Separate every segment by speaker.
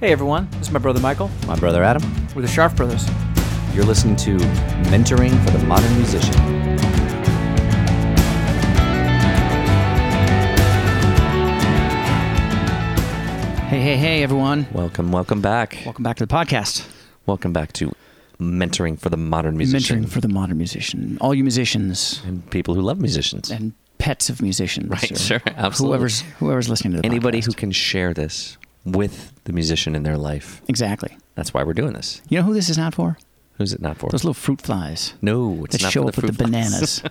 Speaker 1: Hey everyone, this is my brother Michael.
Speaker 2: My brother Adam.
Speaker 1: We're the Sharp Brothers.
Speaker 2: You're listening to Mentoring for the Modern Musician.
Speaker 1: Hey, hey, hey everyone.
Speaker 2: Welcome, welcome back.
Speaker 1: Welcome back to the podcast.
Speaker 2: Welcome back to Mentoring for the Modern Musician.
Speaker 1: Mentoring for the modern musician. All you musicians
Speaker 2: and people who love musicians.
Speaker 1: and pets of musicians.
Speaker 2: Right,
Speaker 1: or
Speaker 2: sure, absolutely.
Speaker 1: Whoever's whoever's listening to the
Speaker 2: Anybody
Speaker 1: podcast.
Speaker 2: who can share this with the musician in their life.
Speaker 1: Exactly.
Speaker 2: That's why we're doing this.
Speaker 1: You know who this is not for?
Speaker 2: Who's it not for?
Speaker 1: Those little fruit flies.
Speaker 2: no, it's
Speaker 1: that
Speaker 2: not
Speaker 1: show
Speaker 2: for
Speaker 1: up
Speaker 2: the
Speaker 1: with
Speaker 2: fruit
Speaker 1: the
Speaker 2: flies.
Speaker 1: bananas.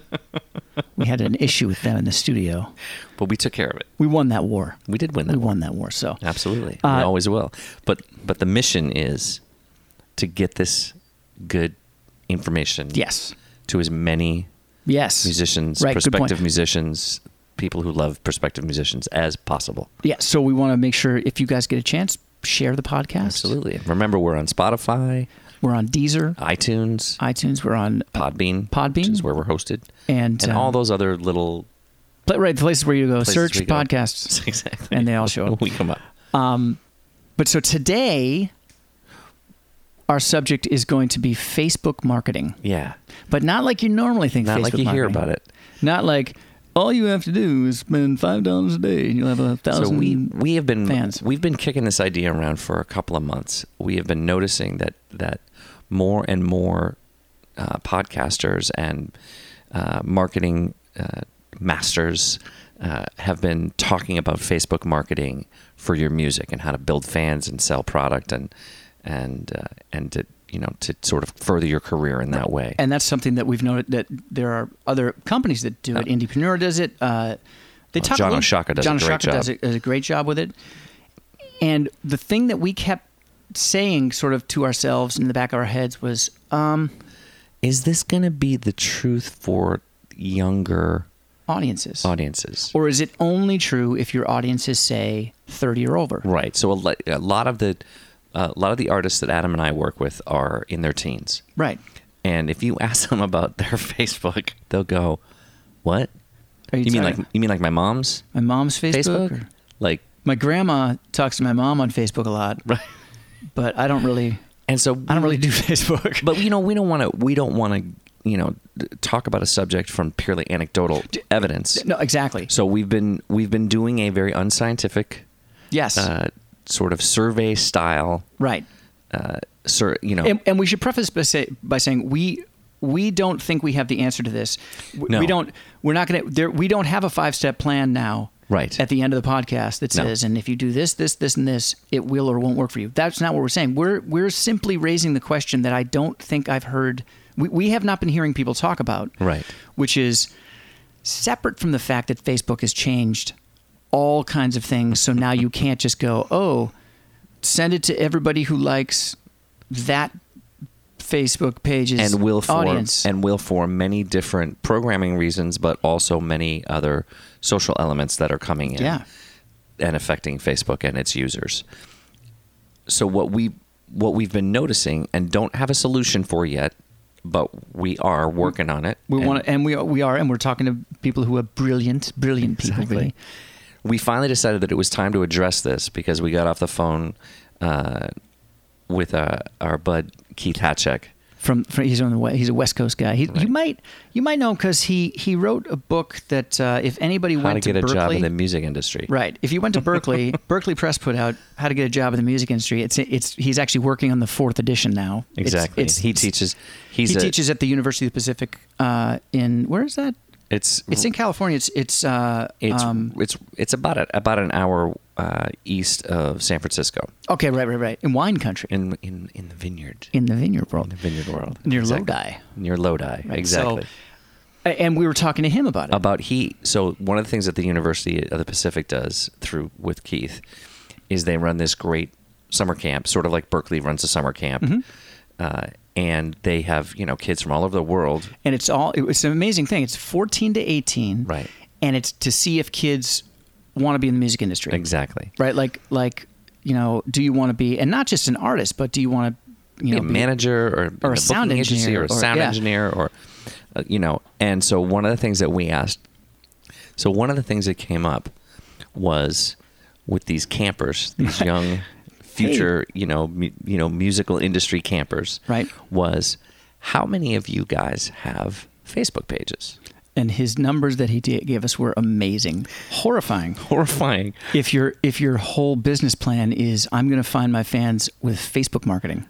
Speaker 1: we had an issue with them in the studio.
Speaker 2: but we took care of it.
Speaker 1: We won that war.
Speaker 2: We did win that.
Speaker 1: We
Speaker 2: one.
Speaker 1: won that war. So
Speaker 2: Absolutely. we
Speaker 1: Uh,
Speaker 2: always will. But but the mission is to get this good information
Speaker 1: yes,
Speaker 2: to as many
Speaker 1: yes,
Speaker 2: musicians,
Speaker 1: Right, good point.
Speaker 2: prospective musicians, people who love prospective musicians as possible.
Speaker 1: Yeah. So we want to make sure if you guys get a chance, share the podcast.
Speaker 2: Absolutely. Remember, we're on Spotify,
Speaker 1: We're on Deezer,
Speaker 2: iTunes,
Speaker 1: iTunes. We're on
Speaker 2: Podbean,
Speaker 1: Podbean.
Speaker 2: which is where we're hosted,
Speaker 1: and
Speaker 2: and all
Speaker 1: the
Speaker 2: those other little
Speaker 1: right the places where you go
Speaker 2: places
Speaker 1: search
Speaker 2: we go.
Speaker 1: podcasts,
Speaker 2: exactly,
Speaker 1: and they all show up.
Speaker 2: we come up.
Speaker 1: Um, but so today, our subject is going to be Facebook marketing,
Speaker 2: Yeah,
Speaker 1: but not like you normally think.
Speaker 2: not
Speaker 1: Facebook
Speaker 2: like you hear
Speaker 1: marketing.
Speaker 2: about it.
Speaker 1: Not like all you have to do is spend five dollars a day and you'll have a thousand.
Speaker 2: So we we have been
Speaker 1: fans.
Speaker 2: we've been kicking this idea around for a couple of months. We have been noticing that that more and more uh, podcasters and uh, marketing uh, masters uh, have been talking about Facebook marketing for your music and how to build fans and sell product and and uh, and to you know to sort of further your career in that way.
Speaker 1: and that's something that we've noted that there are other companies that do it.
Speaker 2: Yeah.
Speaker 1: Indiepreneur does it. Uh, they
Speaker 2: Well,
Speaker 1: talk a
Speaker 2: John
Speaker 1: little-
Speaker 2: Oshaka does a
Speaker 1: John
Speaker 2: great
Speaker 1: Oshaka
Speaker 2: job.
Speaker 1: Does, a, does a great job with it. And the thing that we kept saying, sort of to ourselves in the back of our heads, was, um,
Speaker 2: Is this going to be the truth for younger
Speaker 1: audiences.
Speaker 2: audiences?
Speaker 1: Or is it only true if your audience is say 30 or over?
Speaker 2: Right. So a, lo- a lot of the uh, a lot of the artists that Adam and I work with are in their teens,
Speaker 1: Right.
Speaker 2: and if you ask them about their Facebook, they'll go, "What?
Speaker 1: Are
Speaker 2: You mean like
Speaker 1: talking-
Speaker 2: you mean like my mom's
Speaker 1: my mom's Facebook?
Speaker 2: Facebook?
Speaker 1: or-
Speaker 2: Like
Speaker 1: my grandma talks to my mom on Facebook a lot,
Speaker 2: right?"
Speaker 1: but I don't really
Speaker 2: And so
Speaker 1: I don't really do Facebook.
Speaker 2: but you know we don't want to we don't want to you know d- talk about a subject from purely anecdotal evidence.
Speaker 1: no, exactly.
Speaker 2: So we've been we've been doing a very unscientific
Speaker 1: Yes.
Speaker 2: uh, sort of survey style,
Speaker 1: right.
Speaker 2: uh, sur- you know,
Speaker 1: And, and we should preface by, say, by saying we we don't think we have the answer to this. We,
Speaker 2: No.
Speaker 1: we don't. We're not going to. We don't have a five step plan now.
Speaker 2: Right.
Speaker 1: At the end of the podcast that
Speaker 2: No.
Speaker 1: says, and if you do this, this, this, and this, it will or won't work for you. That's not what we're saying. We're we're simply raising the question that I don't think I've heard. We, we have not been hearing people talk about.
Speaker 2: Right.
Speaker 1: Which is separate from the fact that Facebook has changed all kinds of things. So now you can't just go, oh, send it to everybody who likes that Facebook page's
Speaker 2: and will for
Speaker 1: audience.
Speaker 2: and will for many different programming reasons, but also many other social elements that are coming in
Speaker 1: Yeah.
Speaker 2: and affecting Facebook and its users. So what we what we've been noticing and don't have a solution for yet, but we are working on it.
Speaker 1: we
Speaker 2: and
Speaker 1: want to, and we are, we are, and we're talking to people who are brilliant, brilliant people.
Speaker 2: Exactly.
Speaker 1: Really.
Speaker 2: we finally decided that it was time to address this because we got off the phone uh, with uh, our bud Keith Hatchek.
Speaker 1: From, from he's on the way. He's a West Coast guy. He, You
Speaker 2: Right.
Speaker 1: might you might know him because he he wrote a book that uh, if anybody
Speaker 2: How to
Speaker 1: went
Speaker 2: get a
Speaker 1: Berkeley,
Speaker 2: job in the music industry.
Speaker 1: Right. If you went to Berkeley, Berkeley Press put out "How to Get a Job in the Music Industry." It's it's he's actually working on the fourth edition now. It's-
Speaker 2: Exactly.
Speaker 1: It's,
Speaker 2: he teaches. He's
Speaker 1: he
Speaker 2: a,
Speaker 1: teaches at the University of the Pacific uh, in where is that?
Speaker 2: It's
Speaker 1: It's in California. It's it's uh,
Speaker 2: It's
Speaker 1: um,
Speaker 2: it's it's about a, about an hour uh, east of San Francisco,
Speaker 1: okay, right, right, right, in wine country, in,
Speaker 2: in in in the vineyard,
Speaker 1: the vineyard world,
Speaker 2: in the vineyard world,
Speaker 1: near
Speaker 2: Exactly.
Speaker 1: Lodi.
Speaker 2: near Lodi,
Speaker 1: Right,
Speaker 2: exactly.
Speaker 1: so- A- and we were talking to him about it.
Speaker 2: about he, so one of the things that the University of the Pacific does through with Keith is they run this great summer camp, sort of like Berkeley runs a summer camp,
Speaker 1: Mm-hmm.
Speaker 2: uh, and they have you know kids from all over the world
Speaker 1: and it's all it- it's an amazing thing. It's fourteen to eighteen,
Speaker 2: Right.
Speaker 1: And it's to see if kids want to be in the music industry.
Speaker 2: exactly.
Speaker 1: right? Like like you know, do you want to be and not just an artist, but do you want to you know
Speaker 2: a
Speaker 1: be-
Speaker 2: manager or,
Speaker 1: or a
Speaker 2: in
Speaker 1: sound
Speaker 2: booking
Speaker 1: engineer
Speaker 2: or a
Speaker 1: or-
Speaker 2: sound
Speaker 1: yeah.
Speaker 2: engineer or uh, you know and so one of the things that we asked so one of the things that came up was with these campers these young future, you know, mu- you know, musical industry campers,
Speaker 1: Right.
Speaker 2: Was how many of you guys have Facebook pages?
Speaker 1: And his numbers that he da- gave us were amazing, horrifying.
Speaker 2: Horrifying.
Speaker 1: If your if your whole business plan is I'm going to find my fans with Facebook marketing,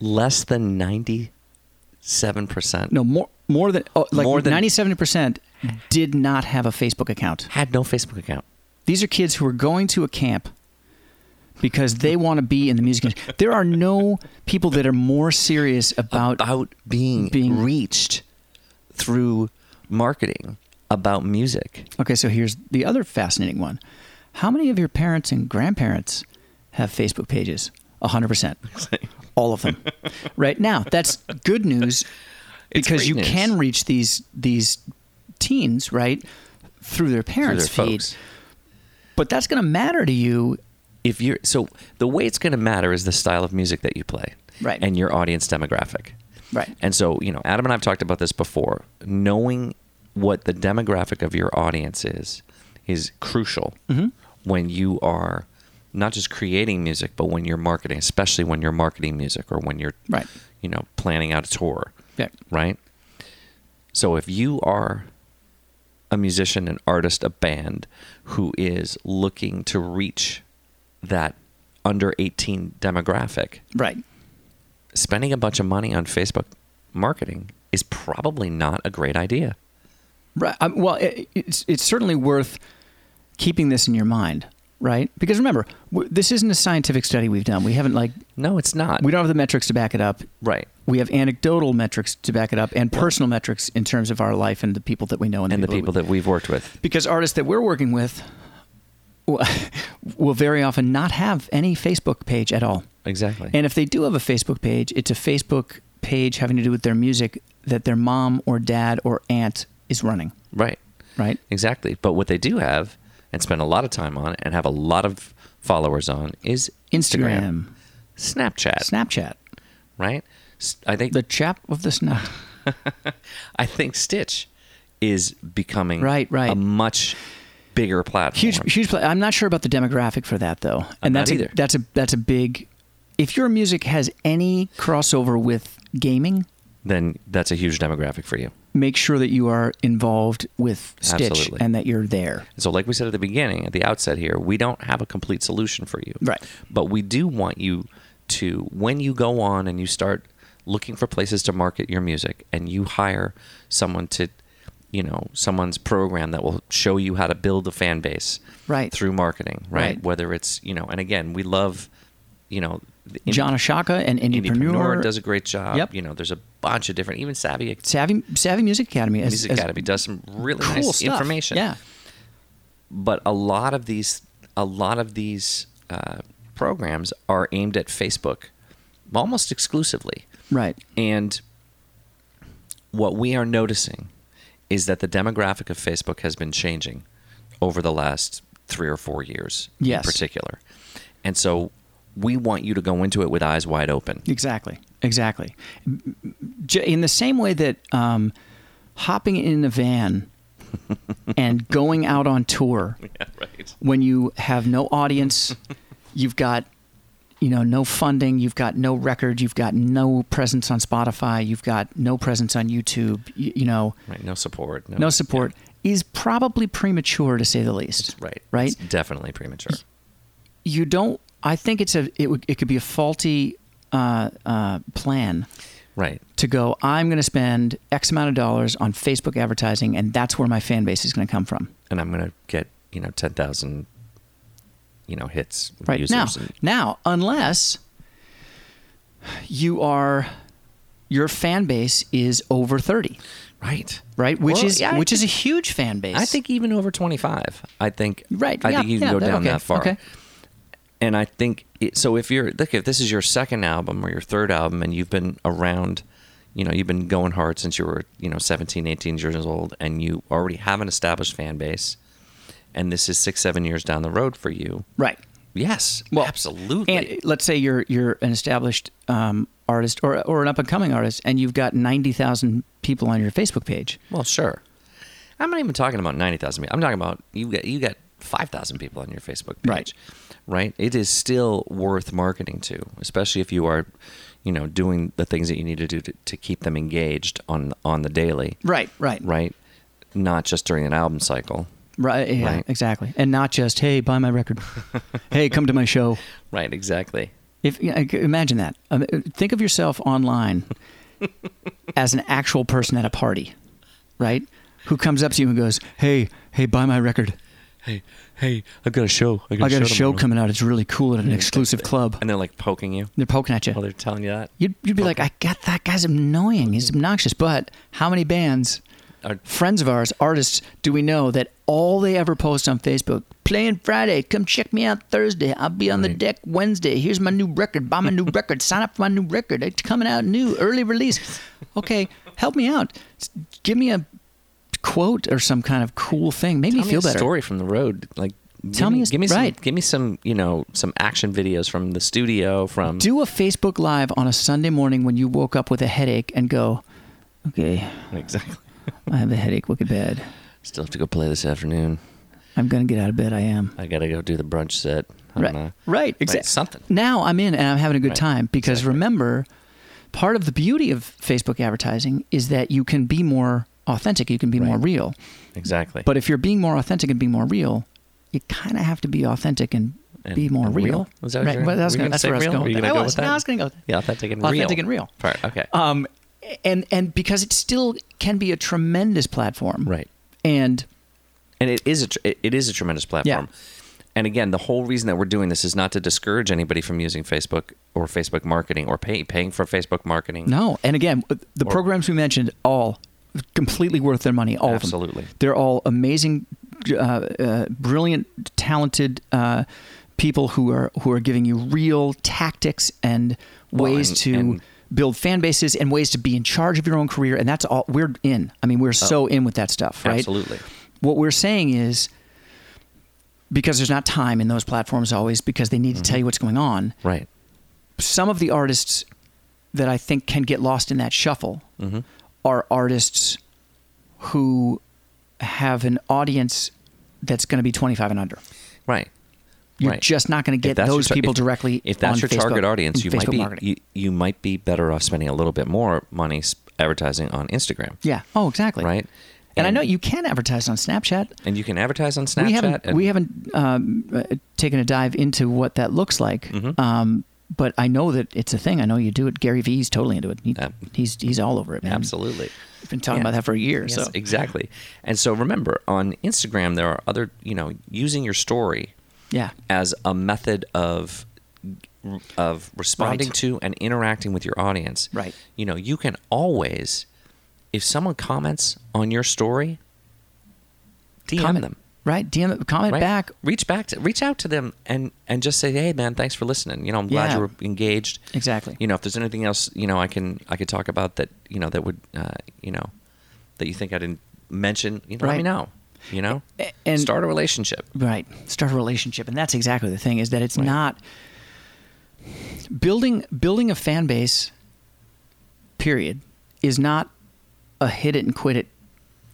Speaker 2: Less than ninety-seven percent.
Speaker 1: no more more than oh, like
Speaker 2: More than-
Speaker 1: 97% did not have a Facebook account.
Speaker 2: had no Facebook account.
Speaker 1: These are kids who are going to a camp because they want to be in the music industry. There are no people that are more serious about
Speaker 2: about being,
Speaker 1: being-
Speaker 2: reached through marketing about music.
Speaker 1: Okay, so here's the other fascinating one. How many of your parents and grandparents have Facebook pages? 100%. All of them. right now, that's good news
Speaker 2: It's
Speaker 1: because
Speaker 2: great
Speaker 1: you
Speaker 2: news.
Speaker 1: can reach these these teens, right? Through their parents'
Speaker 2: their
Speaker 1: feed.
Speaker 2: folks.
Speaker 1: But that's going to matter to you.
Speaker 2: If you're so the way it's going to matter is the style of music that you play
Speaker 1: Right.
Speaker 2: and your audience demographic.
Speaker 1: Right.
Speaker 2: And so, you know, Adam and I've talked about this before. Knowing what the demographic of your audience is is crucial
Speaker 1: Mm-hmm.
Speaker 2: when you are not just creating music, but when you're marketing, especially when you're marketing music or when you're
Speaker 1: Right.
Speaker 2: you know, planning out a tour.
Speaker 1: Yeah.
Speaker 2: Right? So if you are a musician, an artist, a band who is looking to reach that under 18 demographic,
Speaker 1: Right.
Speaker 2: spending a bunch of money on Facebook marketing is probably not a great idea.
Speaker 1: Right. Um, well, it, it's it's certainly worth keeping this in your mind, right? Because remember, w- this isn't a scientific study we've done. We haven't like
Speaker 2: No, it's not.
Speaker 1: we don't have the metrics to back it up.
Speaker 2: right.
Speaker 1: We have anecdotal metrics to back it up and personal metrics in terms of our life and the people that we know and,
Speaker 2: And the people
Speaker 1: that,
Speaker 2: that we've worked with.
Speaker 1: we- because artists that we're working with w- will very often not have any Facebook page at all.
Speaker 2: Exactly.
Speaker 1: And if they do have a Facebook page, it's a Facebook page having to do with their music that their mom or dad or aunt is running,
Speaker 2: right.
Speaker 1: right?
Speaker 2: Exactly. But what they do have and spend a lot of time on and have a lot of followers on is
Speaker 1: Instagram.
Speaker 2: Instagram, Snapchat,
Speaker 1: Snapchat.
Speaker 2: right? S- I think
Speaker 1: The chap of the snap.
Speaker 2: I think Stitch is becoming
Speaker 1: Right, right.
Speaker 2: a much bigger platform.
Speaker 1: Huge, huge. Play. I'm not sure about the demographic for that though, and
Speaker 2: not
Speaker 1: that's a,
Speaker 2: either.
Speaker 1: that's a that's a big. If your music has any crossover with gaming,
Speaker 2: Then that's a huge demographic for you.
Speaker 1: make sure that you are involved with Stitch
Speaker 2: Absolutely.
Speaker 1: and that you're there.
Speaker 2: So, like we said at the beginning, at the outset here, we don't have a complete solution for you.
Speaker 1: Right.
Speaker 2: But we do want you to, when you go on and you start looking for places to market your music and you hire someone to, you know, someone's program that will show you how to build a fan base
Speaker 1: Right.
Speaker 2: through marketing, right?
Speaker 1: Right.
Speaker 2: Whether it's, you know, and again, we love, you know, the indie-
Speaker 1: John Ashaka and Indiepreneur
Speaker 2: Indiepreneur does a great job.
Speaker 1: Yep.
Speaker 2: You know, there's a bunch of different, even Savvy
Speaker 1: Savvy Savvy Music Academy as,
Speaker 2: Music
Speaker 1: as
Speaker 2: Academy does some really
Speaker 1: cool
Speaker 2: nice
Speaker 1: stuff.
Speaker 2: information
Speaker 1: Yeah,
Speaker 2: but a lot of these a lot of these uh, programs are aimed at Facebook almost exclusively
Speaker 1: right.
Speaker 2: and what we are noticing is that the demographic of Facebook has been changing over the last three or four years
Speaker 1: Yes.
Speaker 2: in particular and so we want you to go into it with eyes wide open
Speaker 1: Exactly. Exactly. J- In the same way that um, hopping in a van and going out on tour, when you have no audience, you've got you know no funding, you've got no record, you've got no presence on Spotify, you've got no presence on YouTube, you, you know,
Speaker 2: right no support
Speaker 1: no support is probably premature to say the least.
Speaker 2: right
Speaker 1: Right
Speaker 2: It's definitely premature
Speaker 1: you don't i think it's a it, would- it could be a faulty uh, uh, plan
Speaker 2: right
Speaker 1: to go i'm going to spend x amount of dollars on facebook advertising and that's where my fan base is going to come from
Speaker 2: and i'm gonna get you know 10000 you know hits
Speaker 1: right
Speaker 2: users
Speaker 1: now
Speaker 2: and-
Speaker 1: now unless you are your fan base is over 30
Speaker 2: Right.
Speaker 1: right which
Speaker 2: Well,
Speaker 1: is
Speaker 2: yeah, I
Speaker 1: which is a huge fan base
Speaker 2: I think even over 25. I think
Speaker 1: Right,
Speaker 2: I
Speaker 1: yeah,
Speaker 2: think you can
Speaker 1: yeah,
Speaker 2: go
Speaker 1: that-
Speaker 2: down
Speaker 1: okay,
Speaker 2: that far.
Speaker 1: okay.
Speaker 2: And I think it, so if you're look if this is your second album or your third album and you've been around, you know, you've been going hard since you were, you know, 17, 18 years old and you already have an established fan base and this is 6 7 years down the road for you.
Speaker 1: right
Speaker 2: Yes. absolutely.
Speaker 1: and let's say you're you're an established um, artist or or an up and coming artist and you've got 90,000 people on your facebook page
Speaker 2: Well, sure. I'm not even talking about ninety thousand. I'm talking about you got you got 5,000 people on your Facebook page.
Speaker 1: Right.
Speaker 2: Right? It is still worth marketing to, especially if you are, you know, doing the things that you need to do to, to keep them engaged on on the daily.
Speaker 1: Right, right,
Speaker 2: Right? Not just during an album cycle.
Speaker 1: right. Yeah,
Speaker 2: Right.
Speaker 1: exactly. And not just hey, buy my record. hey, come to my show.
Speaker 2: Right, exactly.
Speaker 1: If yeah, I c- imagine that, Um, think of yourself online as an actual person at a party, right? Who comes up to you and goes, "Hey, hey, buy my record.
Speaker 2: Hey, hey, I've got a show.
Speaker 1: I got a show coming out. It's really cool at an exclusive club."
Speaker 2: And they're like poking you
Speaker 1: They're poking at you.
Speaker 2: while they're telling you that.
Speaker 1: You'd, you'd be like, I got that guy's annoying. He's obnoxious. But how many bands,
Speaker 2: Are-
Speaker 1: friends of ours, artists, do we know that all they ever post on Facebook, playing Friday, come check me out Thursday. I'll be on the deck Wednesday. Here's my new record. Buy my new record. Sign up for my new record. It's coming out new, early release. Okay, help me out. S- Give me a quote or some kind of cool thing. Make
Speaker 2: Tell
Speaker 1: me
Speaker 2: me
Speaker 1: feel
Speaker 2: a
Speaker 1: better.
Speaker 2: story from the road. Like,
Speaker 1: Tell
Speaker 2: give
Speaker 1: me
Speaker 2: me,
Speaker 1: a-
Speaker 2: give me some,
Speaker 1: right.
Speaker 2: give me some, you know, some action videos from the studio. From
Speaker 1: Do a Facebook Live on a Sunday morning when you woke up with a headache and go, okay,
Speaker 2: exactly.
Speaker 1: I have a headache, wicked bad.
Speaker 2: Still have to go play this afternoon.
Speaker 1: I'm gonna get out of bed. I am.
Speaker 2: I gotta go do the brunch set. I
Speaker 1: right.
Speaker 2: don't know.
Speaker 1: Right.
Speaker 2: Like,
Speaker 1: Exactly.
Speaker 2: something.
Speaker 1: now I'm in and I'm having a good
Speaker 2: Right.
Speaker 1: time because remember, part of the beauty of Facebook advertising is that you can be more authentic. You can be more
Speaker 2: Right.
Speaker 1: real.
Speaker 2: Exactly.
Speaker 1: But if you're being more authentic and being more real, you kind of have to be authentic and,
Speaker 2: And-
Speaker 1: be more
Speaker 2: and
Speaker 1: real.
Speaker 2: real? Was that what
Speaker 1: right?
Speaker 2: you're-
Speaker 1: well, that was
Speaker 2: were you
Speaker 1: gonna,
Speaker 2: gonna
Speaker 1: that's
Speaker 2: say
Speaker 1: where I was
Speaker 2: real?
Speaker 1: going.
Speaker 2: Were you
Speaker 1: with
Speaker 2: gonna
Speaker 1: that.
Speaker 2: go
Speaker 1: I was.
Speaker 2: with that?
Speaker 1: No, I was going to go. with that.
Speaker 2: yeah, authentic and real.
Speaker 1: Authentic and real.
Speaker 2: Part. Okay.
Speaker 1: Um, and and because it still can be a tremendous platform.
Speaker 2: right.
Speaker 1: And
Speaker 2: and it is a tr- it it is a tremendous platform. And again, the whole reason that we're doing this is not to discourage anybody from using Facebook or Facebook marketing or pay, paying for Facebook marketing.
Speaker 1: No, and again, uh, the
Speaker 2: Or-
Speaker 1: programs we mentioned all completely worth their money. All of
Speaker 2: Absolutely.
Speaker 1: them. They're all amazing, uh, uh, brilliant, talented uh, people who are who are giving you real tactics and
Speaker 2: Well,
Speaker 1: ways
Speaker 2: and-
Speaker 1: to.
Speaker 2: and-
Speaker 1: build fan bases and ways to be in charge of your own career and that's all we're in i mean we're so in with that stuff right
Speaker 2: Oh. Absolutely.
Speaker 1: what we're saying is because there's not time in those platforms always because they need to
Speaker 2: Mm-hmm.
Speaker 1: tell you what's going on
Speaker 2: Right.
Speaker 1: some of the artists that I think can get lost in that shuffle
Speaker 2: Mm-hmm.
Speaker 1: are artists who have an audience that's going to be 25 and under.
Speaker 2: Right.
Speaker 1: You're
Speaker 2: right.
Speaker 1: just not going to get
Speaker 2: If that's your
Speaker 1: those
Speaker 2: tar-
Speaker 1: people
Speaker 2: if-
Speaker 1: directly.
Speaker 2: If that's
Speaker 1: on
Speaker 2: your
Speaker 1: Facebook-
Speaker 2: target audience,
Speaker 1: in
Speaker 2: you
Speaker 1: Facebook
Speaker 2: might be
Speaker 1: marketing.
Speaker 2: you, you might be better off spending a little bit more money s- advertising on Instagram.
Speaker 1: yeah. Oh, exactly.
Speaker 2: Right.
Speaker 1: And, I know you can advertise on Snapchat.
Speaker 2: And you can advertise on Snapchat.
Speaker 1: we haven't
Speaker 2: and,
Speaker 1: we haven't um, uh, taken a dive into what that looks like.
Speaker 2: Mm-hmm.
Speaker 1: Um, but I know that it's a thing. I know you do it. Gary Vee's totally into it. He,
Speaker 2: Ab-
Speaker 1: he's he's all over it, man.
Speaker 2: Absolutely.
Speaker 1: He's been talking
Speaker 2: Yeah.
Speaker 1: about that for a year.
Speaker 2: Yes,
Speaker 1: so
Speaker 2: exactly. And so remember, on Instagram, there are other, you know, using your story
Speaker 1: yeah,
Speaker 2: as a method of of responding
Speaker 1: Right.
Speaker 2: to and interacting with your audience.
Speaker 1: Right.
Speaker 2: You know, you can always if someone comments on your story, DM
Speaker 1: comment
Speaker 2: them.
Speaker 1: Right? DM comment
Speaker 2: Right?
Speaker 1: back.
Speaker 2: Reach back to reach out to them and and just say, "Hey man, thanks for listening. You know, I'm glad
Speaker 1: Yeah.
Speaker 2: you were engaged."
Speaker 1: Exactly.
Speaker 2: You know, if there's anything else, you know, I can I could talk about that, you know, that would uh, you know, that you think I didn't mention, you know, let
Speaker 1: Right.
Speaker 2: me know. You know?
Speaker 1: A- and-
Speaker 2: start a relationship.
Speaker 1: Right. Start a relationship. And that's exactly the thing is that it's not building building a fan base period is not a hit it and quit it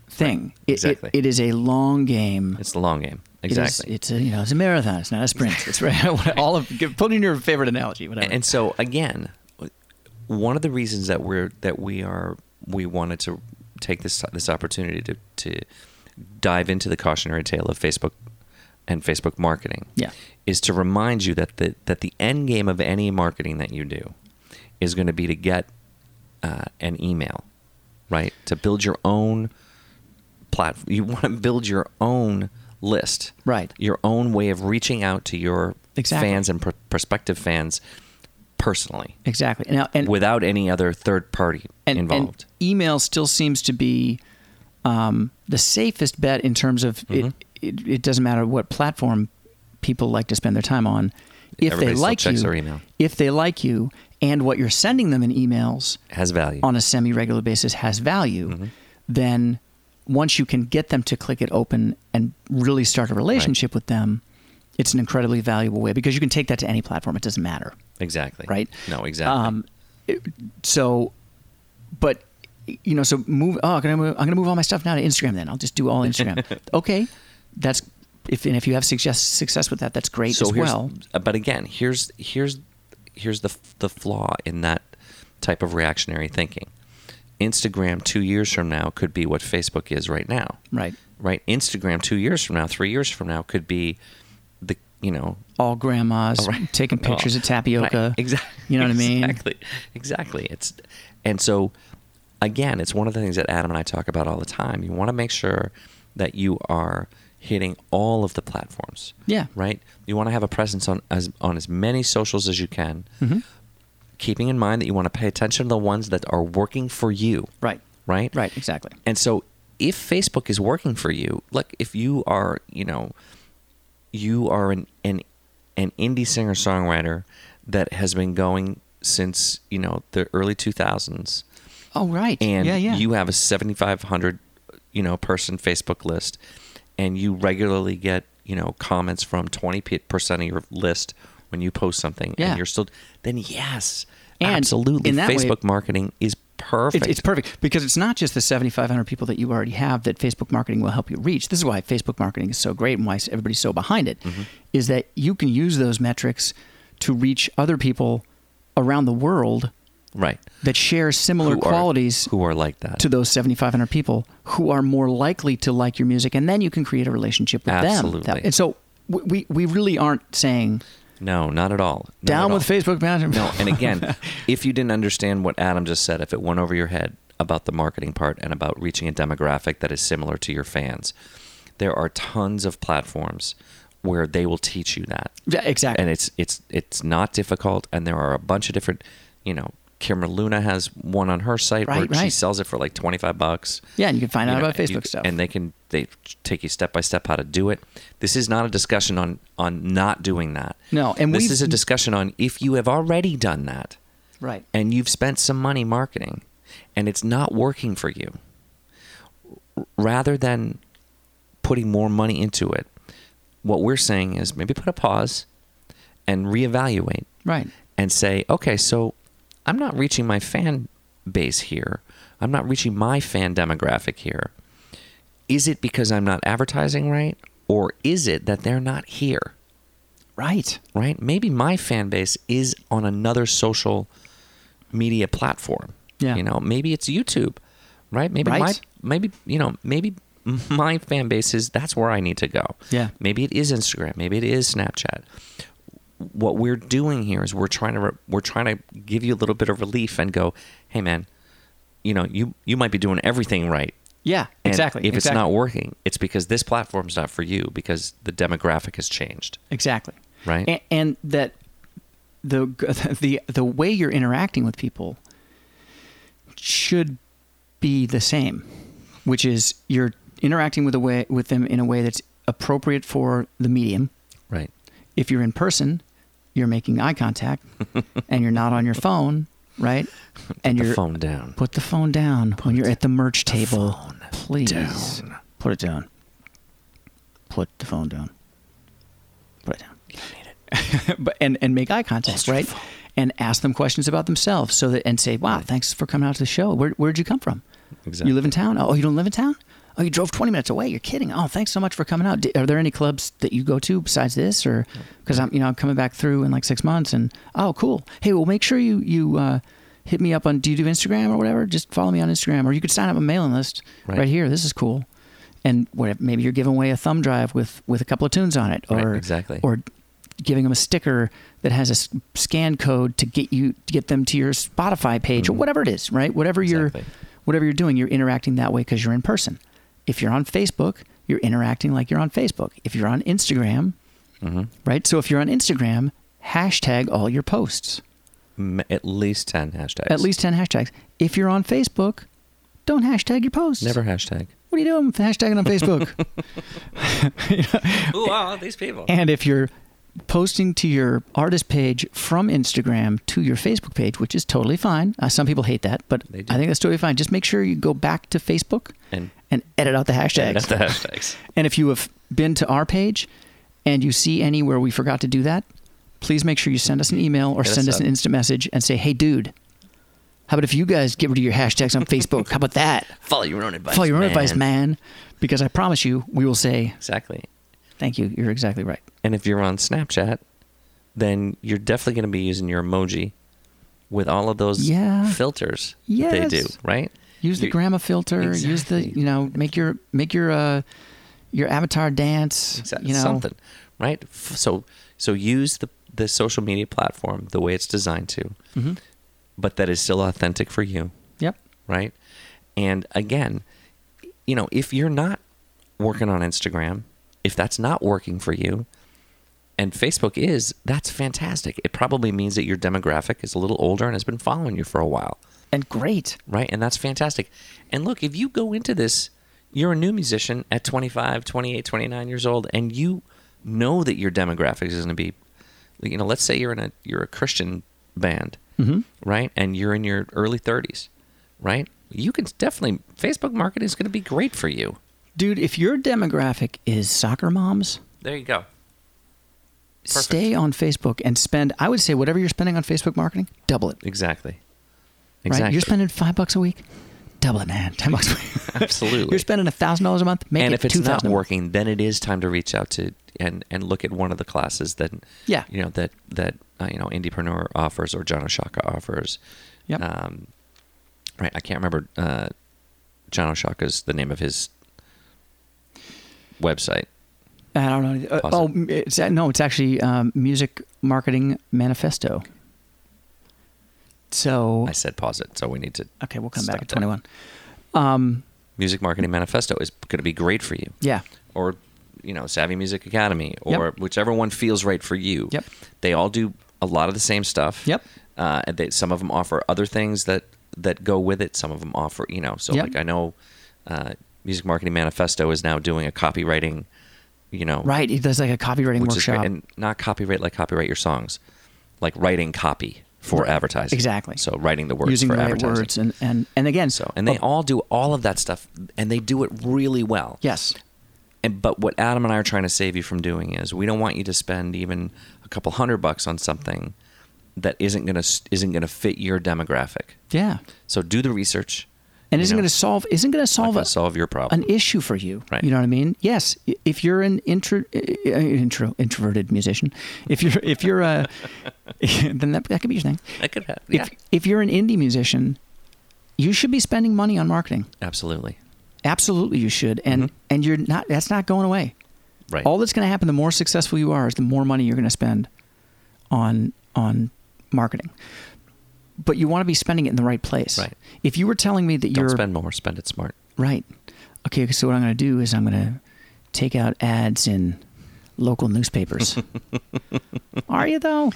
Speaker 1: thing. It- it-
Speaker 2: Exactly.
Speaker 1: it is a long game.
Speaker 2: It's the long game.
Speaker 1: It is-
Speaker 2: Exactly.
Speaker 1: it's a you know it's a marathon. It's not a sprint. It's right. All of give- put in your favorite analogy. Whatever.
Speaker 2: and so again one of the reasons that we're that we are we wanted to take this this opportunity to to dive into the cautionary tale of Facebook and Facebook marketing
Speaker 1: Yeah.
Speaker 2: is to remind you that the that the end game of any marketing that you do is going to be to get uh, an email right to build your own platform you want to build your own list
Speaker 1: Right.
Speaker 2: your own way of reaching out to your
Speaker 1: Exactly.
Speaker 2: fans and pr- prospective fans personally
Speaker 1: exactly. Now and
Speaker 2: without any other third party
Speaker 1: and, and
Speaker 2: involved.
Speaker 1: email still seems to be um, the safest bet in terms of
Speaker 2: Mm-hmm.
Speaker 1: it, it. It doesn't matter what platform people like to spend their time on. If
Speaker 2: Everybody
Speaker 1: they
Speaker 2: still
Speaker 1: like
Speaker 2: checks
Speaker 1: you,
Speaker 2: their email.
Speaker 1: if they like you, and what you're sending them in emails
Speaker 2: has value.
Speaker 1: on a semi-regular basis has value,
Speaker 2: Mm-hmm.
Speaker 1: then once you can get them to click it open and really start a relationship with them, it's an incredibly valuable way because you can take that to any platform. It doesn't matter
Speaker 2: exactly.
Speaker 1: right?
Speaker 2: No, exactly.
Speaker 1: Um, it- so, but you know, so move. Oh, I'm gonna move, I'm gonna move all my stuff now to Instagram. Then I'll just do all Instagram. okay, that's if and if you have success success with that, that's great
Speaker 2: so
Speaker 1: as
Speaker 2: here's,
Speaker 1: well.
Speaker 2: uh, But again, here's here's here's the the flaw in that type of reactionary thinking. Instagram two years from now could be what Facebook is right now.
Speaker 1: Right.
Speaker 2: Right. Instagram two years from now, three years from now could be the you know
Speaker 1: All grandmas
Speaker 2: Right.
Speaker 1: taking
Speaker 2: Well,
Speaker 1: pictures of tapioca.
Speaker 2: Right. Exactly.
Speaker 1: You know what I mean?
Speaker 2: Exactly. Exactly. It's and so again, it's one of the things that Adam and I talk about all the time. You want to make sure that you are hitting all of the platforms.
Speaker 1: Yeah.
Speaker 2: Right? You want to have a presence on as on as many socials as you can,
Speaker 1: Mhm.
Speaker 2: keeping in mind that you want to pay attention to the ones that are working for you.
Speaker 1: Right.
Speaker 2: Right?
Speaker 1: Right. Exactly.
Speaker 2: And so if Facebook is working for you, like if you are, you know, you are an an, an indie singer songwriter that has been going since, you know, the early 2000s
Speaker 1: Oh, right.
Speaker 2: and
Speaker 1: yeah, yeah.
Speaker 2: you have a 7500, you know, person Facebook list and you regularly get, you know, comments from 20% of your list when you post something
Speaker 1: Yeah.
Speaker 2: and you're still then yes,
Speaker 1: And
Speaker 2: absolutely
Speaker 1: in that way-
Speaker 2: Facebook marketing is perfect.
Speaker 1: It's, it's perfect because it's not just the 7,500 people that you already have that Facebook marketing will help you reach. This is why Facebook marketing is so great and why everybody's so behind it. Is
Speaker 2: Mm-hmm.
Speaker 1: that you can use those metrics to reach other people around the world
Speaker 2: right.
Speaker 1: that share similar
Speaker 2: Who are-
Speaker 1: qualities
Speaker 2: who are like that.
Speaker 1: to those 7,500 people who are more likely to like your music. And then you can create a relationship with them.
Speaker 2: Absolutely.
Speaker 1: That- And so we, we, we really aren't saying
Speaker 2: No, not at all. Not
Speaker 1: down
Speaker 2: at
Speaker 1: with
Speaker 2: all.
Speaker 1: Facebook management.
Speaker 2: No, and again, if you didn't understand what Adam just said, if it went over your head about the marketing part and about reaching a demographic that is similar to your fans, there are tons of platforms where they will teach you that.
Speaker 1: Yeah, exactly.
Speaker 2: And it's it's it's not difficult and there are a bunch of different, you know, Kimra Luna has one on her site where
Speaker 1: Right,
Speaker 2: she
Speaker 1: right.
Speaker 2: sells it for like 25 bucks.
Speaker 1: yeah, and you can find out
Speaker 2: You know,
Speaker 1: about Facebook
Speaker 2: you-
Speaker 1: stuff.
Speaker 2: And they can they take you step by step how to do it. This is not a discussion on on not doing that.
Speaker 1: No, and
Speaker 2: this
Speaker 1: we've-
Speaker 2: is a discussion on if you have already done that
Speaker 1: right.
Speaker 2: and you've spent some money marketing and it's not working for you. r- Rather than putting more money into it, what we're saying is maybe put a pause and reevaluate
Speaker 1: Right.
Speaker 2: and say, okay, so I'm not reaching my fan base here. I'm not reaching my fan demographic here. Is it because I'm not advertising right? Or is it that they're not here?
Speaker 1: Right.
Speaker 2: Right? Maybe my fan base is on another social media platform.
Speaker 1: Yeah.
Speaker 2: You know, maybe it's YouTube, right? Maybe my
Speaker 1: Right.
Speaker 2: maybe you know, maybe my fan base is that's where I need to go.
Speaker 1: Yeah.
Speaker 2: Maybe it is Instagram, maybe it is Snapchat what we're doing here is we're trying to re- we're trying to give you a little bit of relief and go, hey man, you know you you might be doing everything right.
Speaker 1: Yeah,
Speaker 2: And
Speaker 1: exactly.
Speaker 2: If it's
Speaker 1: exactly.
Speaker 2: not working, it's because this platform's not for you because the demographic has changed.
Speaker 1: exactly
Speaker 2: Right.
Speaker 1: and, and that the the the way you're interacting with people should be the same, which is you're interacting with a way with them in a way that's appropriate for the medium.
Speaker 2: Right.
Speaker 1: If you're in person, you're making eye contact, and you're not on your phone, right? And
Speaker 2: the
Speaker 1: you're
Speaker 2: phone down.
Speaker 1: put the phone down when you're at the merch table. Please
Speaker 2: down.
Speaker 1: put it down. Put the phone down. Put it down. but and and make eye contact,
Speaker 2: your
Speaker 1: right? And ask them questions about themselves, so that and say, "Wow, thanks for coming out to the show. Where where'd you come from?
Speaker 2: Exactly.
Speaker 1: You live in town? Oh, you don't live in town? Oh, you drove twenty minutes away. You're kidding. Oh, thanks so much for coming out. D- Are there any clubs that you go to besides this, or because I'm you know I'm coming back through in like six months and oh cool. Hey, well make sure you you uh, hit me up on do you do Instagram or whatever? Just follow me on Instagram, or you could sign up a mailing list
Speaker 2: Right.
Speaker 1: right, here. This is cool. And what, maybe you're giving away a thumb drive with with a couple of tunes on it, or
Speaker 2: Right, exactly.
Speaker 1: or giving them a sticker that has a s- scan code to get you to get them to your Spotify page or whatever it is, right? Whatever
Speaker 2: Mm. Exactly.
Speaker 1: you're whatever you're doing, you're interacting that way because you're in person. If you're on Facebook, you're interacting like you're on Facebook. If you're on Instagram,
Speaker 2: Mm-hmm.
Speaker 1: right? So if you're on Instagram, hashtag all your posts,
Speaker 2: M- At least ten hashtags.
Speaker 1: at least 10 hashtags. If you're on Facebook, don't hashtag your posts.
Speaker 2: never hashtag.
Speaker 1: What are you doing hashtagging on Facebook?
Speaker 2: Ooh, wow, these people.
Speaker 1: And if you're posting to your artist page from Instagram to your Facebook page, which is totally fine, uh, some people hate that, but
Speaker 2: They do.
Speaker 1: I think that's totally fine. Just make sure you go back to Facebook
Speaker 2: And-
Speaker 1: edit out the hashtags.
Speaker 2: That's the hashtags.
Speaker 1: And if you have been to our page and you see any where we forgot to do that, please make sure you send us an email or
Speaker 2: Hit us
Speaker 1: send us
Speaker 2: up.
Speaker 1: an instant message and say, "Hey, dude." How about if you guys get rid of your hashtags on Facebook? How about that?
Speaker 2: Follow your own advice.
Speaker 1: Follow your own advice, man. Because I promise you, we will say
Speaker 2: Exactly.
Speaker 1: Thank you. You're exactly right.
Speaker 2: And if you're on Snapchat, then you're definitely going to be using your emoji with all of those
Speaker 1: Yeah.
Speaker 2: filters that they do,
Speaker 1: Yes.
Speaker 2: right?
Speaker 1: Use the
Speaker 2: You-
Speaker 1: grandma filter. Use the
Speaker 2: Exactly.
Speaker 1: you know make your make your uh your avatar dance.
Speaker 2: Exactly.
Speaker 1: You know
Speaker 2: Something, right? F- So so use the the social media platform the way it's designed to,
Speaker 1: Mhm.
Speaker 2: but that is still authentic for you,
Speaker 1: Yep.
Speaker 2: right? And again, you know, if you're not working on Instagram, if that's not working for you, and Facebook is, that's fantastic. It probably means that your demographic is a little older and has been following you for a while.
Speaker 1: And great.
Speaker 2: right? And that's fantastic. And look, if you go into this, you're a new musician at 25, 28, 29 years old, and you know that your demographic is going to be, you know, let's say you're in a you're a Christian band,
Speaker 1: Mm-hmm.
Speaker 2: right? And you're in your early 30s, right? You can definitely Facebook marketing is going to be great for you.
Speaker 1: Dude, if your demographic is soccer moms,
Speaker 2: There you go. Perfect.
Speaker 1: stay on Facebook and spend I would say whatever you're spending on Facebook marketing, double it.
Speaker 2: Exactly.
Speaker 1: Right?
Speaker 2: Exactly.
Speaker 1: You're spending five bucks a week, double it, man. Ten bucks a week.
Speaker 2: Absolutely.
Speaker 1: you're spending a thousand dollars a month, make
Speaker 2: and
Speaker 1: it
Speaker 2: if it's
Speaker 1: two
Speaker 2: not
Speaker 1: thousand
Speaker 2: working, then it is time to reach out to and and look at one of the classes that
Speaker 1: Yeah.
Speaker 2: you know that that uh, you know Indiepreneur offers or John Oshaka offers.
Speaker 1: Yep.
Speaker 2: Um, right, I can't remember uh, John Oshaka's the name of his website.
Speaker 1: I don't know. Uh,
Speaker 2: Pause
Speaker 1: oh,
Speaker 2: it.
Speaker 1: m- it's, uh, no, it's actually um, Music Marketing Manifesto. So,
Speaker 2: I said pause it, so we need to.
Speaker 1: okay, we'll come back
Speaker 2: stop
Speaker 1: at
Speaker 2: that.
Speaker 1: 21. Um,
Speaker 2: Music Marketing Manifesto is going to be great for you.
Speaker 1: yeah.
Speaker 2: or you know Savvy Music Academy or
Speaker 1: Yep.
Speaker 2: whichever one feels right for you.
Speaker 1: Yep.
Speaker 2: They all do a lot of the same stuff.
Speaker 1: Yep.
Speaker 2: Uh, and they, some of them offer other things that that go with it. Some of them offer you know. So
Speaker 1: Yep.
Speaker 2: like I know, uh, Music Marketing Manifesto is now doing a copywriting, you know,
Speaker 1: Right. It does like a copywriting
Speaker 2: which is great.
Speaker 1: workshop.
Speaker 2: and not copyright like copyright your songs, like writing copy for advertising.
Speaker 1: Exactly.
Speaker 2: So writing the words
Speaker 1: using
Speaker 2: for
Speaker 1: the right
Speaker 2: advertising.
Speaker 1: words. And, and, and again,
Speaker 2: so and they
Speaker 1: oh,
Speaker 2: all do all of that stuff, and they do it really well.
Speaker 1: Yes.
Speaker 2: And, but what Adam and I are trying to save you from doing is we don't want you to spend even a couple hundred bucks on something that isn't gonna isn't gonna fit your demographic.
Speaker 1: Yeah.
Speaker 2: So do the research.
Speaker 1: And
Speaker 2: you
Speaker 1: isn't
Speaker 2: know,
Speaker 1: going to solve, isn't going to
Speaker 2: not
Speaker 1: solve
Speaker 2: gonna
Speaker 1: a-
Speaker 2: solve your problem.
Speaker 1: an issue for you.
Speaker 2: Right.
Speaker 1: You know what I mean? Yes, i- if you're an intro, uh, intro introverted musician, if you're if you're a then that, that could be your thing.
Speaker 2: That could happen. Yeah,
Speaker 1: If if you're an indie musician, you should be spending money on marketing.
Speaker 2: absolutely.
Speaker 1: Absolutely, you should. And
Speaker 2: Mm-hmm.
Speaker 1: and you're not. That's not going away.
Speaker 2: Right.
Speaker 1: All that's going to happen. The more successful you are, is the more money you're going to spend on on marketing. But you want to be spending it in the right place.
Speaker 2: Right.
Speaker 1: If you were telling me that
Speaker 2: don't
Speaker 1: you're
Speaker 2: spend more. Spend it smart.
Speaker 1: Right. Okay, so what I'm going to do is I'm going to take out ads in local newspapers. Are you though?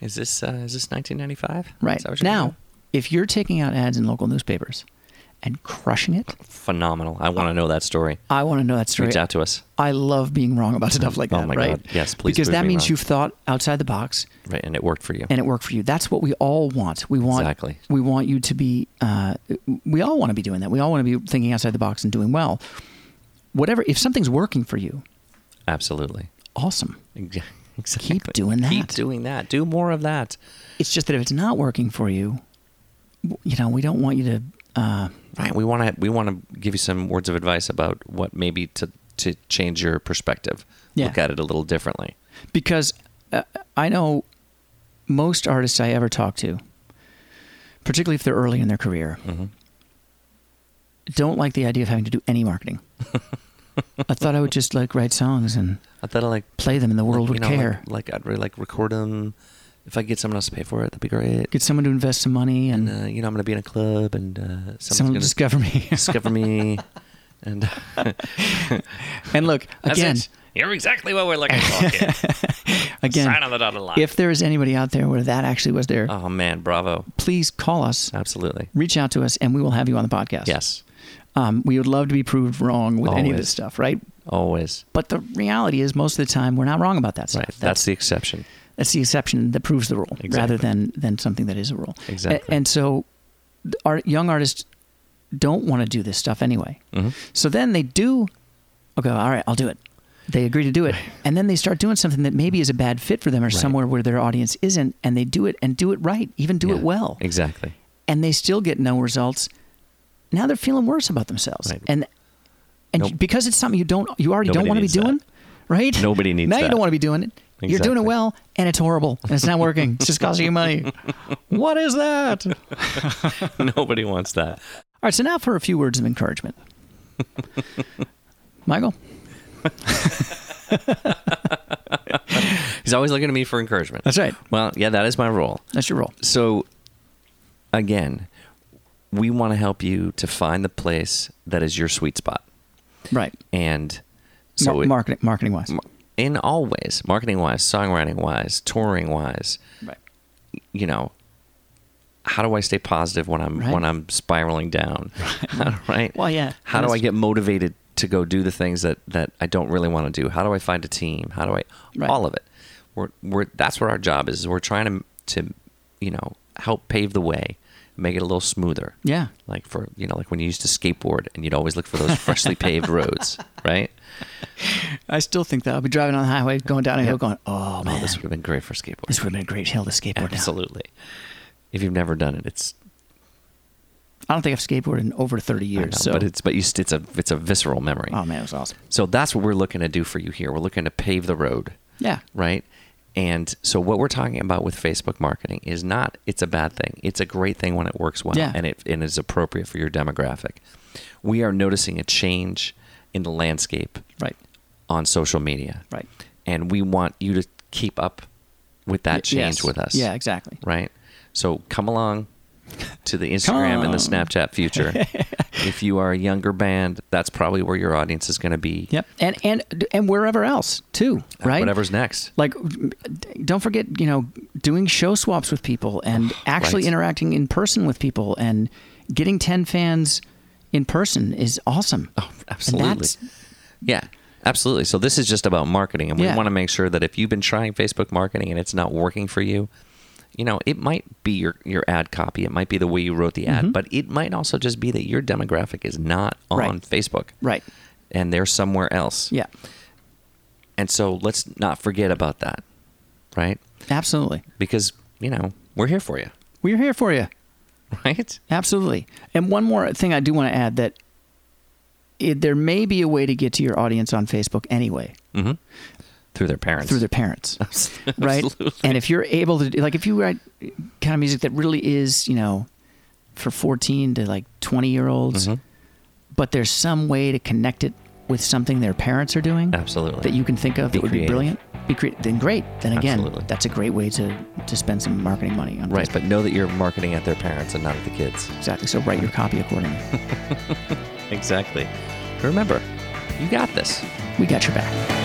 Speaker 2: Is this uh, is this 1995?
Speaker 1: Right.
Speaker 2: Is that what you're
Speaker 1: Now,
Speaker 2: doing?
Speaker 1: if you're taking out ads in local newspapers and crushing it,
Speaker 2: phenomenal. I want to know that story.
Speaker 1: I want to know that story.
Speaker 2: Reach out to us.
Speaker 1: I love being wrong about stuff like
Speaker 2: Oh
Speaker 1: that,
Speaker 2: my
Speaker 1: right?
Speaker 2: God. Yes, please
Speaker 1: Because
Speaker 2: prove
Speaker 1: that
Speaker 2: me
Speaker 1: means
Speaker 2: wrong.
Speaker 1: you've thought outside the box
Speaker 2: Right, and it worked for you.
Speaker 1: and it worked for you. That's what we all want. We want
Speaker 2: Exactly.
Speaker 1: we want you to be uh, we all want to be doing that. We all want to be thinking outside the box and doing well. Whatever if something's working for you,
Speaker 2: absolutely.
Speaker 1: awesome.
Speaker 2: Exa- Exactly.
Speaker 1: doing
Speaker 2: Keep
Speaker 1: that.
Speaker 2: doing that. Do more of that.
Speaker 1: It's just that if it's not working for you, w- you know, we don't want you to. Uh,
Speaker 2: Right. We want to we want to give you some words of advice about what maybe to to change your perspective.
Speaker 1: Yeah.
Speaker 2: Look at it a little differently.
Speaker 1: because uh, I know most artists I ever talk to, particularly if they're early in their career, don't like the idea of having to do any marketing. I thought I would just like write songs and
Speaker 2: I thought I like
Speaker 1: play them, and the world
Speaker 2: you
Speaker 1: would
Speaker 2: know,
Speaker 1: care.
Speaker 2: Like, like I'd really like record them. If I could get someone else to pay for it, that'd be great.
Speaker 1: Get someone to invest some money, and
Speaker 2: And uh, you know, I'm gonna be in a club, and uh, someone's
Speaker 1: someone
Speaker 2: gonna
Speaker 1: will discover me.
Speaker 2: discover me. And
Speaker 1: and look
Speaker 2: That's
Speaker 1: again,
Speaker 2: it. you're exactly what we're looking for. kid.
Speaker 1: again,
Speaker 2: Sign on the dotted line.
Speaker 1: if there is anybody out there where that actually was there,
Speaker 2: oh man, bravo!
Speaker 1: please call us.
Speaker 2: Absolutely.
Speaker 1: reach out to us and we will have you on the podcast.
Speaker 2: Yes,
Speaker 1: Um, we would love to be proved wrong with any of
Speaker 2: Always.
Speaker 1: this stuff, right?
Speaker 2: always.
Speaker 1: But the reality is, most of the time, we're not wrong about that stuff.
Speaker 2: Right. That's the exception.
Speaker 1: that's the exception that proves the rule, rather
Speaker 2: Exactly.
Speaker 1: than than something that is a rule. A-
Speaker 2: Exactly.
Speaker 1: and so, th- our young artists don't want to do this stuff anyway.
Speaker 2: Mhm.
Speaker 1: So then they do. Okay, all right, I'll do it. They agree to do it, and then they start doing something that maybe is a bad fit for them, or somewhere where their audience isn't, and they do it and do it right, even do it
Speaker 2: Yeah,
Speaker 1: well
Speaker 2: Exactly.
Speaker 1: and they still get no results. Now they're feeling worse about themselves,
Speaker 2: Right.
Speaker 1: and and
Speaker 2: Nope.
Speaker 1: because it's something you don't you already don't
Speaker 2: Nobody
Speaker 1: want to be
Speaker 2: needs that.
Speaker 1: doing, right?
Speaker 2: Nobody needs
Speaker 1: now you
Speaker 2: that.
Speaker 1: don't want to be doing it. You're doing
Speaker 2: Exactly.
Speaker 1: it well, and it's horrible, and it's not working. it's just costing you money. What is that? All
Speaker 2: Nobody wants that.
Speaker 1: right, so now for a few words of encouragement. Michael,
Speaker 2: He's always looking to me for encouragement.
Speaker 1: that's right.
Speaker 2: Well, yeah, that is my role.
Speaker 1: That's your role.
Speaker 2: So, again, we want to help you to find the place that is your sweet spot.
Speaker 1: Right.
Speaker 2: And so,
Speaker 1: So
Speaker 2: it-
Speaker 1: marketing, marketing wise.
Speaker 2: in all ways, marketing wise, songwriting wise, touring wise,
Speaker 1: right.
Speaker 2: you know, how do I stay positive when I'm
Speaker 1: Right.
Speaker 2: when I'm spiraling down? right?
Speaker 1: Well, yeah.
Speaker 2: How do I
Speaker 1: That's-
Speaker 2: get motivated to go do the things that that I don't really want to do? How do I find a team? How do I
Speaker 1: Right.
Speaker 2: all of it? We're we're that's what our job is. is We're trying to to you know help pave the way, make it a little smoother.
Speaker 1: Yeah.
Speaker 2: Like for you know like when you used to skateboard and you'd always look for those freshly paved roads, right?
Speaker 1: I still think that I'll be driving on the highway, going down a hill, going, "Oh
Speaker 2: Oh,
Speaker 1: man,
Speaker 2: this
Speaker 1: this,
Speaker 2: would have been great for skateboarding.
Speaker 1: would have been a great hill to skateboard down."
Speaker 2: Absolutely. If you've never done it, it's
Speaker 1: I don't think I've skateboarded in over 30
Speaker 2: I
Speaker 1: years. so,
Speaker 2: know, but it's but you st- it's a it's a visceral memory.
Speaker 1: oh man, it was awesome.
Speaker 2: So that's what we're looking to do for you here. We're looking to pave the road,
Speaker 1: Yeah,
Speaker 2: right? And so what we're talking about with Facebook marketing is not it's a bad thing. It's a great thing when it works well
Speaker 1: Yeah.
Speaker 2: and it and is appropriate for your demographic. We are noticing a change in the landscape
Speaker 1: right,
Speaker 2: on social media.
Speaker 1: right.
Speaker 2: And we want you to keep up with that
Speaker 1: Y-
Speaker 2: change
Speaker 1: yes.
Speaker 2: with us.
Speaker 1: Yeah, exactly.
Speaker 2: right? So come along to the Instagram and the
Speaker 1: on.
Speaker 2: Snapchat future. if you are a younger band, that's probably where your audience is going to be.
Speaker 1: Yep, and and and wherever else too,
Speaker 2: Uh,
Speaker 1: right?
Speaker 2: Whatever's next.
Speaker 1: Like, d- don't forget, you know, doing show swaps with people and actually
Speaker 2: Oh, Right.
Speaker 1: interacting in person with people and getting 10 fans in person is awesome.
Speaker 2: Oh, absolutely.
Speaker 1: And that's,
Speaker 2: Yeah. Absolutely. So this is just about marketing and we
Speaker 1: Yeah.
Speaker 2: want to make sure that if you've been trying Facebook marketing and it's not working for you, you know, it might be your, your ad copy, it might be the way you wrote the ad, but it might also just be that your demographic is not on
Speaker 1: Mm-hmm. Right.
Speaker 2: Facebook
Speaker 1: right.
Speaker 2: and they're somewhere else.
Speaker 1: Yeah,
Speaker 2: And so let's not forget about that. Right?
Speaker 1: absolutely.
Speaker 2: because you know we're here for you,
Speaker 1: We're here for you.
Speaker 2: right?
Speaker 1: Absolutely. And one more thing I do want to add that it, there may be a way to get to your audience on Facebook anyway
Speaker 2: Mm-hmm. Through their parents.
Speaker 1: through their parents,
Speaker 2: Absolutely.
Speaker 1: right? And if you're able to, do- like, if you write kind of music that really is, you know, for 14 to like 20 year olds,
Speaker 2: Mhm.
Speaker 1: but there's some way to connect it with something their parents are doing
Speaker 2: Absolutely.
Speaker 1: that you can think of
Speaker 2: Be
Speaker 1: that would
Speaker 2: creative.
Speaker 1: be brilliant, be creative, then great. Then again,
Speaker 2: Absolutely.
Speaker 1: that's a great way to, to spend some marketing money on
Speaker 2: right,
Speaker 1: Facebook.
Speaker 2: but know that you're marketing at their parents and not at the kids.
Speaker 1: Exactly. So write your copy accordingly.
Speaker 2: Exactly. Remember, you got this.
Speaker 1: we got your back.